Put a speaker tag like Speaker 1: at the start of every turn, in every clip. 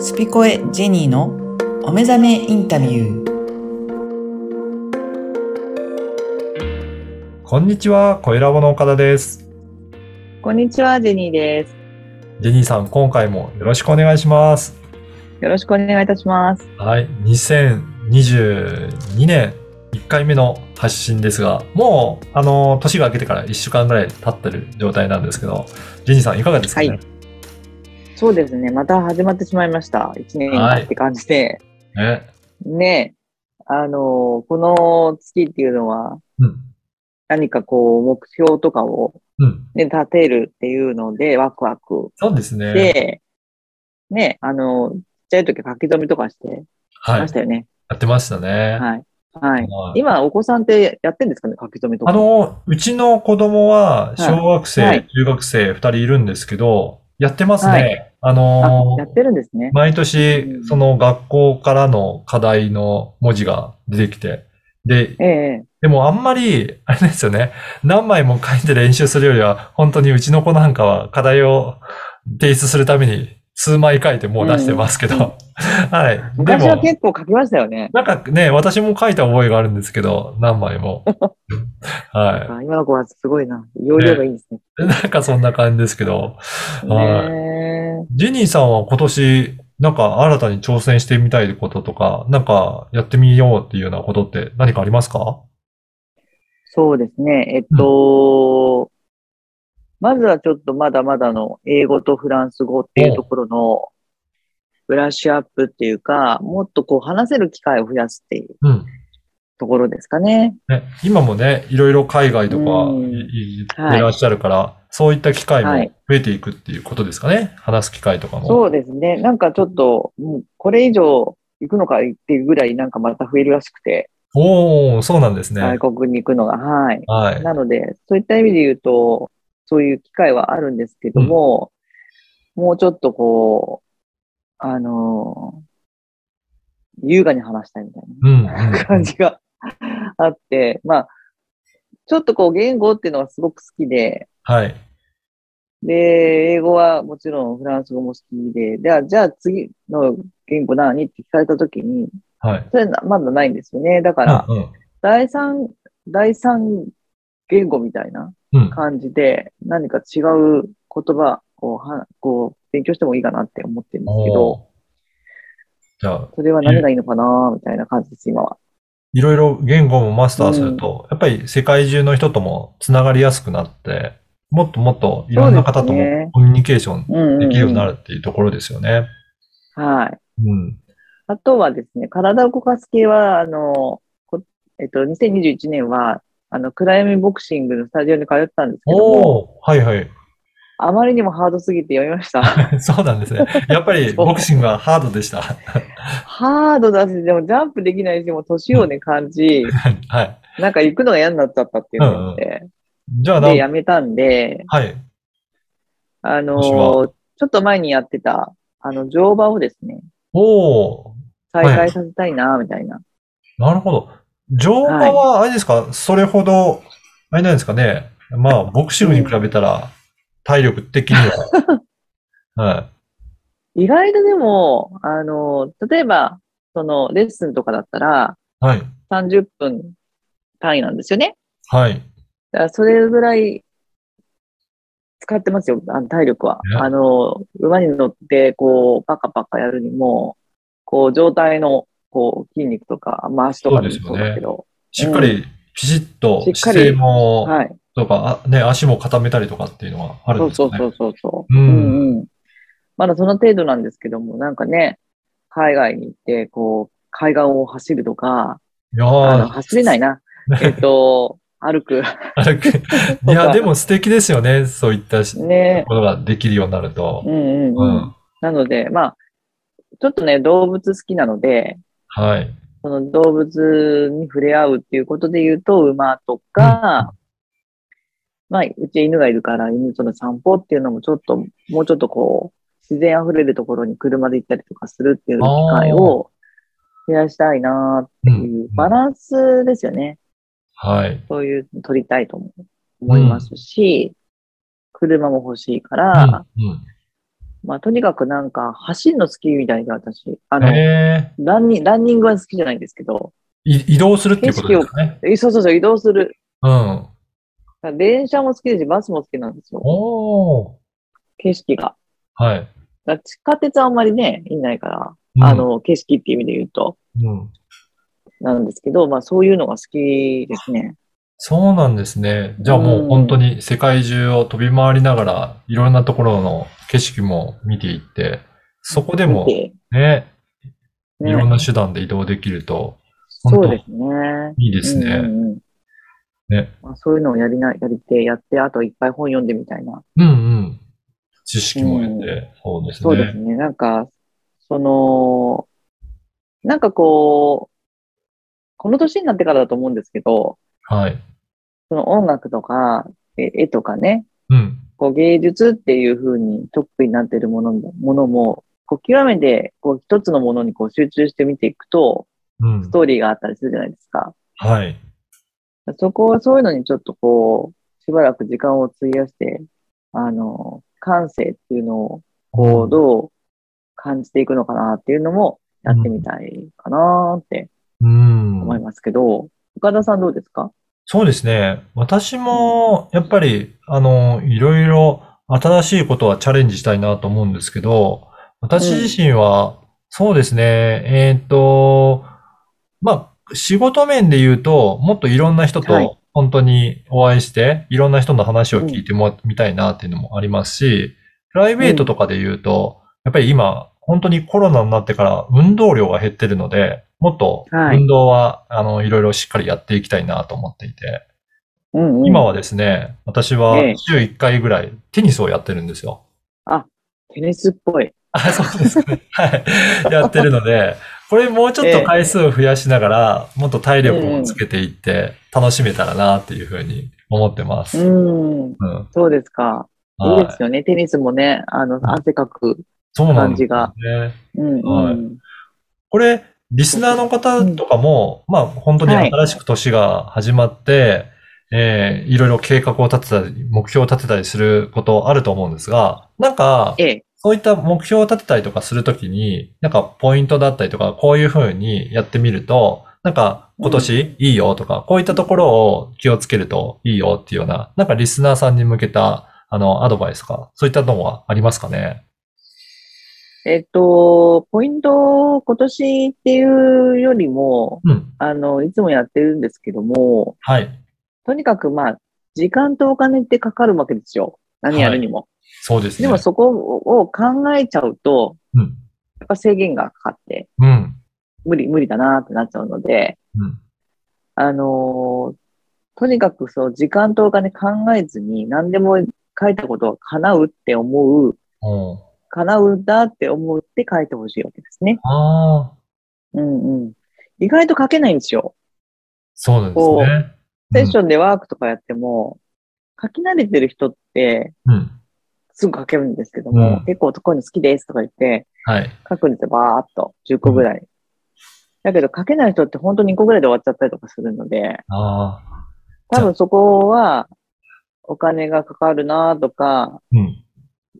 Speaker 1: スピコエジェニーのお目覚めインタビュー。
Speaker 2: こんにちは、コイラボの岡田です。
Speaker 3: こんにちは、ジェニーです。
Speaker 2: ジェニーさん、今回もよろしくお願いします。
Speaker 3: よろしくお願いいたします。
Speaker 2: はい、2022年1回目の発信ですが、もう、あの、年が明けてから1週間ぐらい経ってる状態なんですけど、ジェニーさん、いかがですかね、
Speaker 3: はいそうですね、また始まってしまいました。1年
Speaker 2: は
Speaker 3: 間
Speaker 2: い
Speaker 3: って感じで。
Speaker 2: ね
Speaker 3: ねあの、この月っていうのは、
Speaker 2: うん。
Speaker 3: 何かこう、目標とかを、
Speaker 2: うん。
Speaker 3: ね、立てるっていうので、ワクワク
Speaker 2: そうですね。
Speaker 3: で、ね、あの、ちっちゃい時書き留めとかして
Speaker 2: はい。
Speaker 3: まし
Speaker 2: や
Speaker 3: たよね。
Speaker 2: ってましたね。
Speaker 3: はい。はい。
Speaker 2: はい
Speaker 3: 今、お子さんってやってんですかね、書き留めとか。
Speaker 2: あの、うちの子供は、
Speaker 3: い
Speaker 2: 小学生、
Speaker 3: はい
Speaker 2: 中学生2人いるんですけど、やってますね。
Speaker 3: は
Speaker 2: あ
Speaker 3: あ
Speaker 2: の
Speaker 3: やってるんですね。
Speaker 2: 毎年
Speaker 3: う、ん
Speaker 2: その学校からの課題の文字が出てきて、で、
Speaker 3: ええ
Speaker 2: でもあんまり、あれですよね、何枚も書いて練習するよりは、本当にうちの子なんかは課題を提出するために数枚書いてもう出してますけど、
Speaker 3: うん
Speaker 2: はい。で
Speaker 3: 昔は
Speaker 2: も、
Speaker 3: 結構書きましたよね。
Speaker 2: なんかね、私も書いた覚えがあるんですけど、何枚 も。は
Speaker 3: あ今の子はすごいな。容量がいいですね。
Speaker 2: い。なんかそんな感じですけど、はい
Speaker 3: ねえ
Speaker 2: ジェニーさんは今年、なんか新たに挑戦してみたいこととか、なんかやってみようっていうようなことって何かありますか
Speaker 3: そうですね。えっと、まずはちょっとまだまだの英語とフランス語っていうところのブラッシュアップっていうか、もっとこう話せる機会を増やすっていう
Speaker 2: うん。
Speaker 3: ところですかね。
Speaker 2: ね、今もね、いろいろ海外とか
Speaker 3: うん
Speaker 2: いい
Speaker 3: はい
Speaker 2: いらっしゃるから、そういった機会も
Speaker 3: はい
Speaker 2: 増えていくっていうことですかね。話す機会とかも。
Speaker 3: そうですね。なんかちょっと、もうこれ以上行くのかっていうぐらいなんかまた増えるらしくて、
Speaker 2: おー、そうなんですね。はい。
Speaker 3: 外国に行くのが。はい。
Speaker 2: はい。
Speaker 3: なので、そういった意味で言うと、そういう機会はあるんですけども、もうちょっとこう、あのー優雅に話したいみたい
Speaker 2: うん、
Speaker 3: な感じがあって、まあ、ちょっとこう言語っていうのがすごく好きで、
Speaker 2: はい。
Speaker 3: で、英語はもちろんフランス語も好きで、ではじゃあ次の言語何って聞かれた時に、
Speaker 2: はい。
Speaker 3: それなまだないんですよね。だから、
Speaker 2: うん、
Speaker 3: 第三、第三言語みたいな。
Speaker 2: うん。うん。
Speaker 3: 感じで、何か違う言葉をはこう勉強してもいいかなって思ってるんですけ
Speaker 2: お
Speaker 3: ど、
Speaker 2: ーじゃあ、
Speaker 3: それは何がいいのかなみたいな感じです、今は。
Speaker 2: いろいろ言語もマスターすると、やっぱり世界中の人ともつながりやすくなって、もっともっといろんな方と
Speaker 3: そうです
Speaker 2: も
Speaker 3: ね
Speaker 2: コミュニケーション
Speaker 3: うんうん、
Speaker 2: できるようになるっていうところですよね。
Speaker 3: はい。
Speaker 2: うん。
Speaker 3: あとはですね、体を動かす系は、あの、こえっと、2021年は、あの、暗闇ボクシングのスタジオに通ってたんですけども、
Speaker 2: おおはいはい。
Speaker 3: あまりにもハードすぎてやめました。
Speaker 2: そうなんですね。やっぱり
Speaker 3: そう
Speaker 2: ボクシングはハードでした。 は
Speaker 3: ハードだし、でもジャンプできないし、もう年をね、感じ、
Speaker 2: い。
Speaker 3: なんか行くのが嫌になっちゃったっていうのがあって、
Speaker 2: じゃあな
Speaker 3: で、、やめたんで、
Speaker 2: はい。
Speaker 3: あのー
Speaker 2: 私
Speaker 3: ち
Speaker 2: は
Speaker 3: ょっと前にやってた、あの、乗馬をですね、
Speaker 2: おお
Speaker 3: 再開させたいな、みたいな。
Speaker 2: なるほど。乗馬は、あれですか、それほど、あれなんですかね。まあ、ボクシングに比べたら、体力的には。 は
Speaker 3: 意外とでも、あのー例えば、その、レッスンとかだったら、
Speaker 2: い。はい。
Speaker 3: 30分単位なんですよね。
Speaker 2: はい。
Speaker 3: だからそれぐらい、使ってますよ、あの体力は。
Speaker 2: ね
Speaker 3: あのー馬に乗って、こう、パカパカやるにも、こう、上体の、こう、筋肉とか、まあ、足とかでもそうだけど、
Speaker 2: しっかり、ピシッと
Speaker 3: しっかり
Speaker 2: 姿勢も、
Speaker 3: はい。
Speaker 2: とか、あね、足も固めたりとかっていうのはある
Speaker 3: そ
Speaker 2: ん
Speaker 3: う
Speaker 2: ですか
Speaker 3: そう
Speaker 2: ね。
Speaker 3: そうそうそうう。
Speaker 2: ん
Speaker 3: うんうんまだその程度なんですけども、なんかね、海外に行って、こう、海岸を走るとか、
Speaker 2: いや
Speaker 3: あの、
Speaker 2: ー
Speaker 3: 走れないな。えっと、歩く。
Speaker 2: あれ いや、でも素敵ですよね。そういったし
Speaker 3: ね。
Speaker 2: ことができるようになると
Speaker 3: う。んうん
Speaker 2: う
Speaker 3: うん。
Speaker 2: ん。
Speaker 3: なので、まあ、ちょっとね、動物好きなので、
Speaker 2: はい。
Speaker 3: その動物に触れ合うっていうことで言うと、馬とか、まあ、うち犬がいるから、犬との散歩っていうのもちょっと、もうちょっとこう、自然あふれるところに車で行ったりとかするっていう機会を増やしたいなっ
Speaker 2: う
Speaker 3: て
Speaker 2: ん。
Speaker 3: いう、バランスですよね。
Speaker 2: はい。
Speaker 3: そういうの取りたいと思思いますし、車も欲しいから、
Speaker 2: うんうん
Speaker 3: まあ、とにかくなんか、走るの好きみたいで、私。あの、
Speaker 2: え
Speaker 3: ランニング、ランニングは好きじゃないんですけど、
Speaker 2: ーい移動するっていうことですかね。
Speaker 3: えそうそうそう、移動する。
Speaker 2: うん。
Speaker 3: 電車も好きですし、バスも好きなんですよ。
Speaker 2: おー。
Speaker 3: 景色が。
Speaker 2: はい。
Speaker 3: だから地下鉄はあんまりね、いないから、
Speaker 2: うん
Speaker 3: あ、の、景色っていう意味で言うと、
Speaker 2: うん。
Speaker 3: なんですけど、まあ、そういうのが好きですね。
Speaker 2: そうなんですね。じゃあもう本当に世界中を飛び回りながら、いろんなところの景色も見ていって、そこでも
Speaker 3: 見て
Speaker 2: ね、い
Speaker 3: ね
Speaker 2: ろんな手段で移動できると本
Speaker 3: そ
Speaker 2: 当
Speaker 3: うですね。
Speaker 2: いいです
Speaker 3: う
Speaker 2: ね。
Speaker 3: んうんうん
Speaker 2: ね
Speaker 3: まあ、そういうのをやりな、やりて、やって、あといっぱい本読んでみたいな。
Speaker 2: うんうん。知識も得て、そうです
Speaker 3: そうです
Speaker 2: ね。
Speaker 3: ね。なんか、その、なんかこう、この年になってからだと思うんですけど、
Speaker 2: はい。
Speaker 3: その音楽とか、え絵とかね、
Speaker 2: うん。
Speaker 3: こう芸術っていう風にトップになっているものもものも、こう極めてこう一つのものにこう集中して見ていくと、
Speaker 2: うん
Speaker 3: ス。トーリーがあったりするじゃないですか。
Speaker 2: はい。
Speaker 3: そこはそういうのにちょっとこう、しばらく時間を費やして、あの、感性っていうのをこうどう感じていくのかなっていうのもやってみたいかなって
Speaker 2: うん。
Speaker 3: 思いますけど、岡田さんどうですか
Speaker 2: そうですね。私も、やっぱり、あの、いろいろ新しいことはチャレンジしたいなと思うんですけど、私自身は、そうですね、えーっと、まあ、仕事面で言うと、もっといろんな人
Speaker 3: はい
Speaker 2: と本当にお会いして、いろんな人の話を聞いてもみたいなっていうのもありますし、プライベートとかで言うと、やっぱり今、本当にコロナになってから運動量が減ってるので、もっと
Speaker 3: はい
Speaker 2: 運動は、あの、いろいろしっかりやっていきたいなと思っていて、
Speaker 3: うん、うん。
Speaker 2: 今はですね、私は
Speaker 3: ええ
Speaker 2: 週1回ぐらいテニスをやってるんですよ。
Speaker 3: テニスっぽい。
Speaker 2: あ、そうですね。 はい。やってるので、これもうちょっと回数を増やしながら、もっと体力をつけていって楽しめたらなっていうふうに思ってま
Speaker 3: う
Speaker 2: す。
Speaker 3: ん。
Speaker 2: うん。
Speaker 3: そうですか。い
Speaker 2: はい
Speaker 3: ですよね。テニスもね、あの、汗かく。
Speaker 2: そうなん
Speaker 3: 感
Speaker 2: です
Speaker 3: じ
Speaker 2: よ
Speaker 3: が
Speaker 2: ね。
Speaker 3: うん、うん。
Speaker 2: はいこれ、リスナーの方とかも、まあ本当に新しく年が始まって、えーいろいろ計画を立てたり、目標を立てたりすることあると思うんですが、なんか、
Speaker 3: ええ。
Speaker 2: そういった目標を立てたりとかするときに、なんかポイントだったりとか、こういうふうにやってみると、なんか今年いいよとか、こういったところを気をつけるといいよっていうような、なんかリスナーさんに向けた、あの、アドバイスとか、そういったのはありますかね
Speaker 3: えっと、ポイント、今年っていうよりも、
Speaker 2: うん。
Speaker 3: あの、いつもやってるんですけども、
Speaker 2: はい。
Speaker 3: とにかくまあ、時間とお金ってかかるわけですよ。何やるにも。
Speaker 2: そうですね。
Speaker 3: でもそこを考えちゃうと、
Speaker 2: うん。
Speaker 3: やっぱ制限がかかって、
Speaker 2: うん。
Speaker 3: 無理、無理だなってなっちゃうので、
Speaker 2: うん。
Speaker 3: あのーとにかくそう、時間とお金考えずに、何でも書いたことは叶うって思う、
Speaker 2: おう
Speaker 3: 叶うんだって思って書いてほしいわけですね。
Speaker 2: ああ、
Speaker 3: うんうん。意外と書けないんですよ。
Speaker 2: そうなんで
Speaker 3: こうセッ
Speaker 2: す
Speaker 3: シ
Speaker 2: ね。
Speaker 3: ョンでワークとかやっても、書き慣れてる人って、
Speaker 2: うん。うん。
Speaker 3: すぐ書けるんですけども、
Speaker 2: うん
Speaker 3: 結構こういうの好きですとか言って、
Speaker 2: はい。
Speaker 3: 書くんですよ、ばーっと。10個ぐらい。だけど書けない人って本当に2個ぐらいで終わっちゃったりとかするので、
Speaker 2: ああ、
Speaker 3: 多分そこはお金がかかるなとか、
Speaker 2: うん。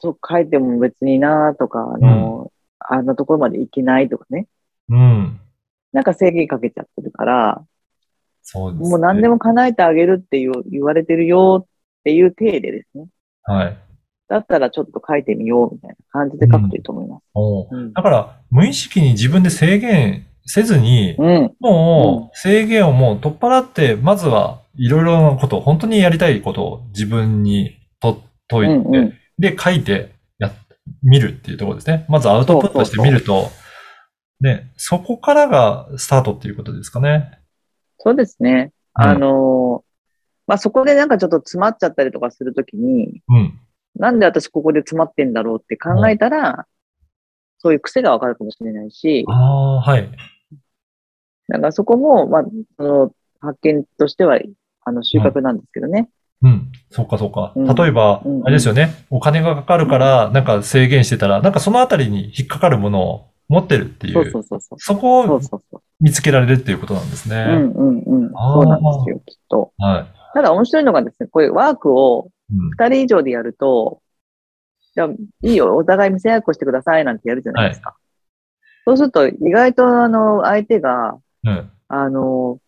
Speaker 3: そう書いても別になとか、あの、あのところまで行けないとかね。
Speaker 2: うん。
Speaker 3: なんか制限かけちゃってるから、
Speaker 2: そうですね。
Speaker 3: もう何でも叶えてあげるっていう言われてるよっていう体でですね。
Speaker 2: はい。
Speaker 3: だったらちょっと書いてみようみたいな感じで書くといいと思います。
Speaker 2: おう
Speaker 3: うん。
Speaker 2: だから、無意識に自分で制限せずに、
Speaker 3: うん。
Speaker 2: もう制限をもう取っ払って、まずはいろいろなこと、本当にやりたいことを自分にとっと
Speaker 3: う
Speaker 2: い
Speaker 3: ん。う
Speaker 2: て、
Speaker 3: ん。
Speaker 2: で、書いてやっ、見るっていうところですね。まずアウトプットしてみると、ね、そこからがスタートっていうことですかね。
Speaker 3: そうですね。
Speaker 2: うん
Speaker 3: あのーまあ、そこでなんかちょっと詰まっちゃったりとかするときに、
Speaker 2: うん。
Speaker 3: なんで私ここで詰まってんだろうって考えたら、そういう癖がわかるかもしれないし、
Speaker 2: ああ、はい。
Speaker 3: なんかそこも、まあ、その発見としては、あの、収穫なんですけどね。
Speaker 2: うん。そっかそっか。
Speaker 3: うん
Speaker 2: 例えば
Speaker 3: うんう、ん
Speaker 2: あれですよね。お金がかかるから、なんか制限してたら、なんかそのあたりに引っかかるものを持ってるってい。
Speaker 3: そうそううそうそう。
Speaker 2: そこ
Speaker 3: そ
Speaker 2: を
Speaker 3: うそうそう。
Speaker 2: 見つけられるっていうことなんです
Speaker 3: う
Speaker 2: ね。
Speaker 3: んうんうん。
Speaker 2: あ
Speaker 3: そ
Speaker 2: ー
Speaker 3: うなんですよ、きっと。
Speaker 2: は
Speaker 3: ただ面白いのがですね、こういうワークを
Speaker 2: い。うん
Speaker 3: 2人以上でやると、じゃあ、いいよ、お互い見せ合いっこしてくださいなんてやるじゃないですか。そうすると、意外と、あの、相手が、
Speaker 2: うん。
Speaker 3: あの、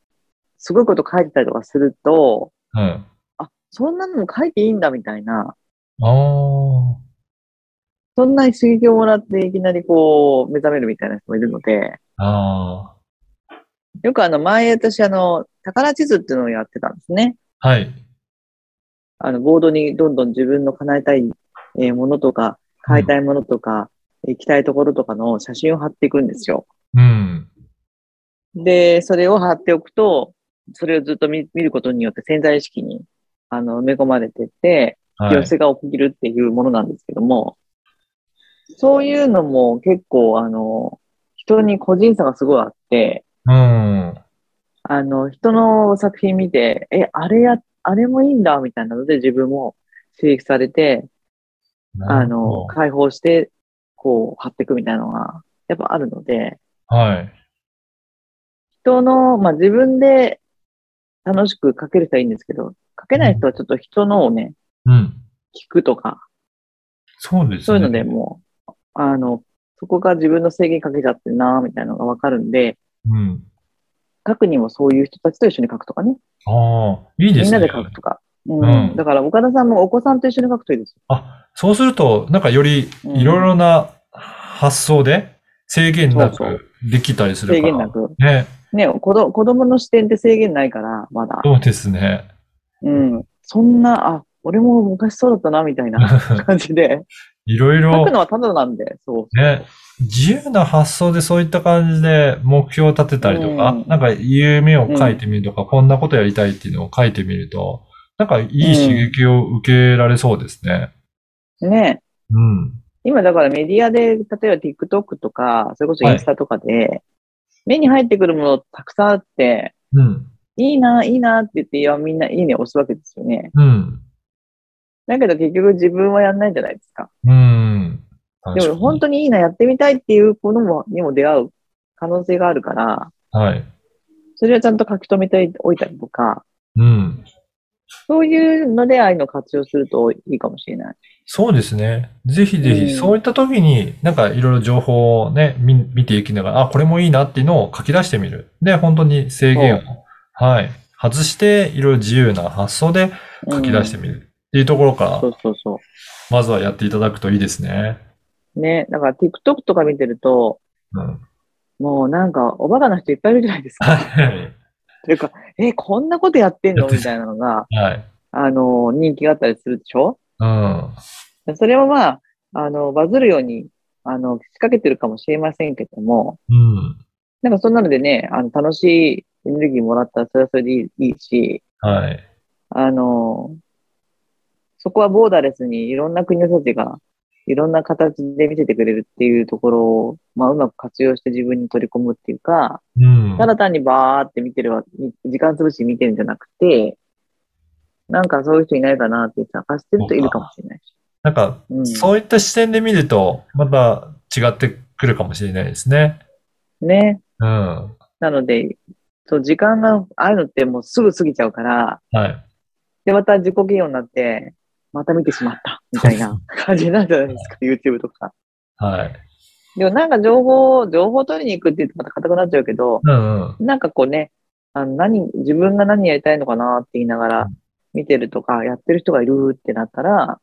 Speaker 3: すごいこと書いてたりとかすると、
Speaker 2: うん。
Speaker 3: あ、そんなのも書いていいんだみたいな、
Speaker 2: ああ。
Speaker 3: そんなに刺激をもらっていきなりこう、目覚めるみたいな人もいるので、
Speaker 2: あ
Speaker 3: よくあの、前私あの、宝地図っていうのをやってたんですね。
Speaker 2: あ。はい。
Speaker 3: あの、ボードにどんどん自分の叶えたいえーものとか、買いたいものとか、行きたいところとかの写真を貼っていくんですよ。
Speaker 2: うん。
Speaker 3: で、それを貼っておくと、それをずっと見見ることによって潜在意識に、あの、埋め込まれてって、
Speaker 2: はい。
Speaker 3: 寄せが起きるっていうものなんですけども、そういうのも結構、あの、人に個人差がすごいあって、
Speaker 2: うん。
Speaker 3: あの、人の作品見て、え、あれや、あれもいいんだ、みたいなので自分も刺激されて、あ
Speaker 2: なる
Speaker 3: の、
Speaker 2: ほ
Speaker 3: 解放して、こう、貼っていくみたいなのが、やっぱあるので、
Speaker 2: ど。はい。
Speaker 3: 人の、まあ、自分で楽しく書ける人はいいんですけど、書けない人はちょっと人のをね、
Speaker 2: うん。
Speaker 3: 聞くとか、
Speaker 2: そうですね。
Speaker 3: そういうのでもう、あの、そこが自分の制限かけちゃってるな、みたいなのがわかるんで、
Speaker 2: うん。
Speaker 3: 書くにもそういう人たちと一緒に書くとかね。
Speaker 2: ああ、いいで
Speaker 3: みん
Speaker 2: す
Speaker 3: な
Speaker 2: ね。
Speaker 3: で書くとか。う。
Speaker 2: うんん
Speaker 3: だから、岡田さんもお子さんと一緒に書くといいですよ。
Speaker 2: あ、そうすると、なんかより
Speaker 3: うん
Speaker 2: いろいろな発想で制限な
Speaker 3: そう
Speaker 2: くできたりする
Speaker 3: 制
Speaker 2: から。
Speaker 3: 限なく。
Speaker 2: ね、
Speaker 3: ね、子ど子供の視点って制限ないから、まだ。
Speaker 2: そうですね。
Speaker 3: うん。そんな、あ、俺も昔そうだったな、みたいな感じ で。
Speaker 2: いろい
Speaker 3: 書
Speaker 2: ろ
Speaker 3: く、のはただなんで、そう。
Speaker 2: ね、自由な発想でそういった感じで目標を立てたりとか、
Speaker 3: うん
Speaker 2: なんか夢を書いてみるとか、こんなことやりたいっていうのを書いてみると、なんかいい刺激を受けられそうですね。
Speaker 3: ね。
Speaker 2: うん。
Speaker 3: 今だからメディアで、例えば TikTok とか、それこそインスタとかで、目に入ってくるものたくさんあって、
Speaker 2: うん。
Speaker 3: いいな、いいなって言って、いや、みんないいね押すわけですよね。
Speaker 2: うん。
Speaker 3: だけど結局自分はやんないじゃないですか。
Speaker 2: うん。
Speaker 3: でも本当にいいな、やってみたいっていうものもにも出会う可能性があるから、
Speaker 2: 当はい。
Speaker 3: それはちゃんと書き留めておいたりとか、
Speaker 2: うん。
Speaker 3: そういうので愛の活用するといいかもしれない。
Speaker 2: そうですね。ぜひぜ
Speaker 3: う
Speaker 2: ひ、
Speaker 3: ん
Speaker 2: そういった時に、なんかいろいろ情報をね、見、見ていきながら、あ、これもいいなっていうのを書き出してみる。で、本当に制限を、はい、外して、いろいろ自由な発想で
Speaker 3: うん
Speaker 2: 書き出してみるっていうところか
Speaker 3: そうそうそ
Speaker 2: ら、まずはやっていただくといいですね。
Speaker 3: う。ね、だから TikTok とか見てると、
Speaker 2: うん。
Speaker 3: もうなんかおバカな人いっぱいいるじゃないです
Speaker 2: は
Speaker 3: か。
Speaker 2: い。
Speaker 3: というか、え、こんなことやってんの
Speaker 2: やってる
Speaker 3: みたいなのが、
Speaker 2: はい。
Speaker 3: あの、人気があったりするでしょ
Speaker 2: うん。
Speaker 3: それはまあ、あの、バズるように、あの、仕掛けてるかもしれませんけども、
Speaker 2: うん。
Speaker 3: なんかそんなのでね、あの、楽しいエネルギーもらったらそれはそれでいいいいし、
Speaker 2: はい。
Speaker 3: あの、そこはボーダーレスにいろんな国の人たちがいろんな形で見せてくれるっていうところを、まあ、うまく活用して自分に取り込むっていうか、
Speaker 2: うん。
Speaker 3: ただ単にバーって見てるわ、み時間潰しに見てるんじゃなくて、なんかそういう人いないかなって探してるといるかもしれないし。
Speaker 2: なんか、
Speaker 3: うん
Speaker 2: そういった視点で見ると、また違ってくるかもしれないですね。
Speaker 3: ね。
Speaker 2: うん。は
Speaker 3: なので、そう、時間があるのってもうすぐ過ぎちゃうから、
Speaker 2: い。
Speaker 3: で、また自己嫌悪になって、また見てしまった、みたいな感じになるじゃないですか、YouTube とか。
Speaker 2: はい。
Speaker 3: でもなんか情報を、情報を取りに行くって言うとまた硬くなっちゃうけど、
Speaker 2: うんうん。
Speaker 3: なんかこうね、あの何、自分が何やりたいのかなって言いながら見てるとか、やってる人がいるってなったら、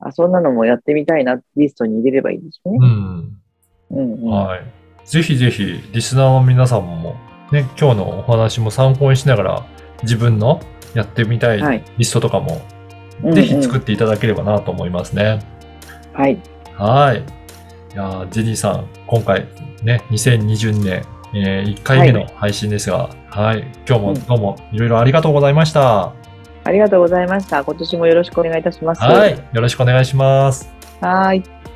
Speaker 3: あ、そんなのもやってみたいな、リストに入れればいいんですよ
Speaker 2: う
Speaker 3: ね。
Speaker 2: ん。
Speaker 3: うん、うん、
Speaker 2: はい。ぜひぜひ、リスナーの皆さんも、ね、今日のお話も参考にしながら、自分のやってみた
Speaker 3: はいい
Speaker 2: リストとかも、
Speaker 3: うん
Speaker 2: ぜひ作
Speaker 3: っ
Speaker 2: っていただければなと思いますね。
Speaker 3: はい。
Speaker 2: はい。いやージェニーさん、今回、ね、2020年、え1回目の配信ですが、はい、今日もどうもいろいろありがとうございました。
Speaker 3: ありがとうございました。今年もよろしくお願いいたします。
Speaker 2: は。い。よろしくお願いします。
Speaker 3: はーい。